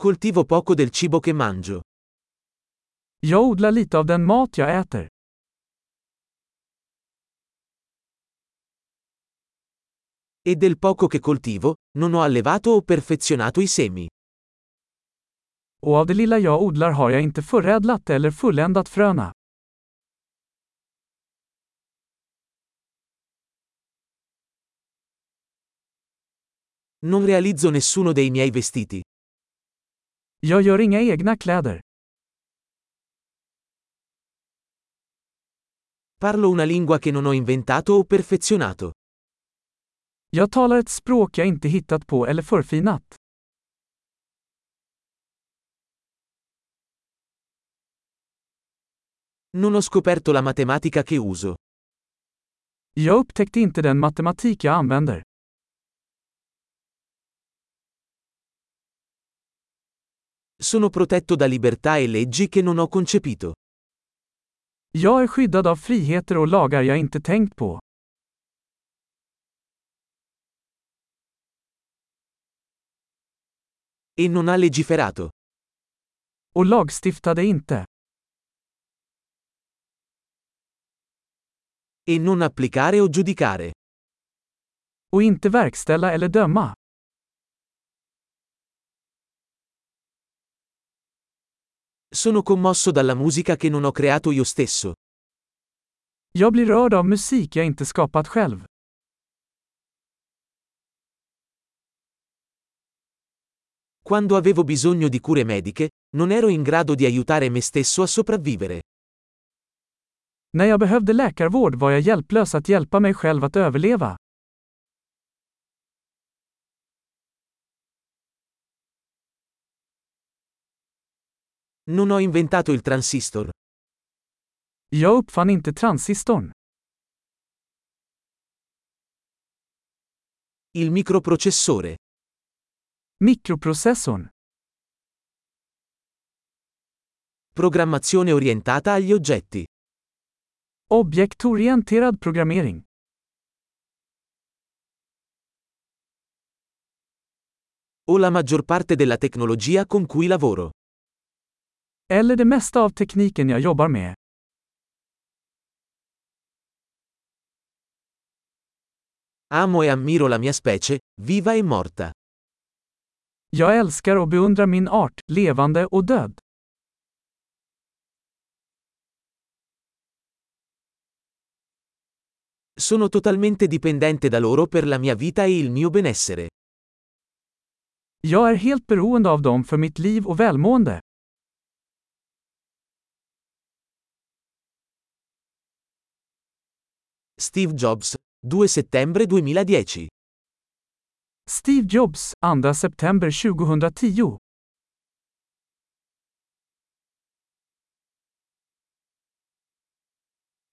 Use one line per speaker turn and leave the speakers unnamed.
Coltivo poco del cibo che mangio.
Jag odlar lite av den mat jag äter.
E del poco che coltivo, non ho allevato o perfezionato i semi.
Och av det lilla jag odlar har jag inte förädlat eller fulländat fröna.
Non realizzo nessuno dei miei vestiti.
Jag gör inga egna kläder.
Parlo una lingua che non ho inventato o perfezionato.
Jag talar ett språk jag inte hittat på eller förfinat.
Non ho scoperto la matematica che uso.
Jag upptäckte inte den matematik jag använder.
Sono protetto da libertà e leggi che non ho concepito.
Jag är skyddad av friheter och lagar jag inte tänkt på.
E non ha legiferato.
Och lagstiftade inte.
E non applicare o giudicare.
Och inte verkställa eller döma.
Sono commosso dalla musica che non ho creato io stesso.
Jag blir rörd av musik jag inte skapat själv.
Quando avevo bisogno di cure mediche, non ero in grado di aiutare me stesso a sopravvivere.
När jag behövde läkarvård var jag hjälplös att hjälpa mig själv att överleva.
Non ho inventato il transistor.
Jag uppfann inte transistorn,
Il microprocessore.
mikroprocessorn,
Programmazione orientata agli oggetti.
objektorienterad programmering,
Ho la maggior parte della tecnologia con cui lavoro.
eller det mesta av tekniken jag jobbar med.
Amo e ammiro la mia specie, viva e morta.
Jag älskar och beundrar min art, levande och död.
Sono totalmente dipendente da loro per la mia vita e il mio benessere.
Jag är helt beroende av dem för mitt liv och välmående.
Steve Jobs, 2 settembre 2010.
Steve Jobs, 2 september 2010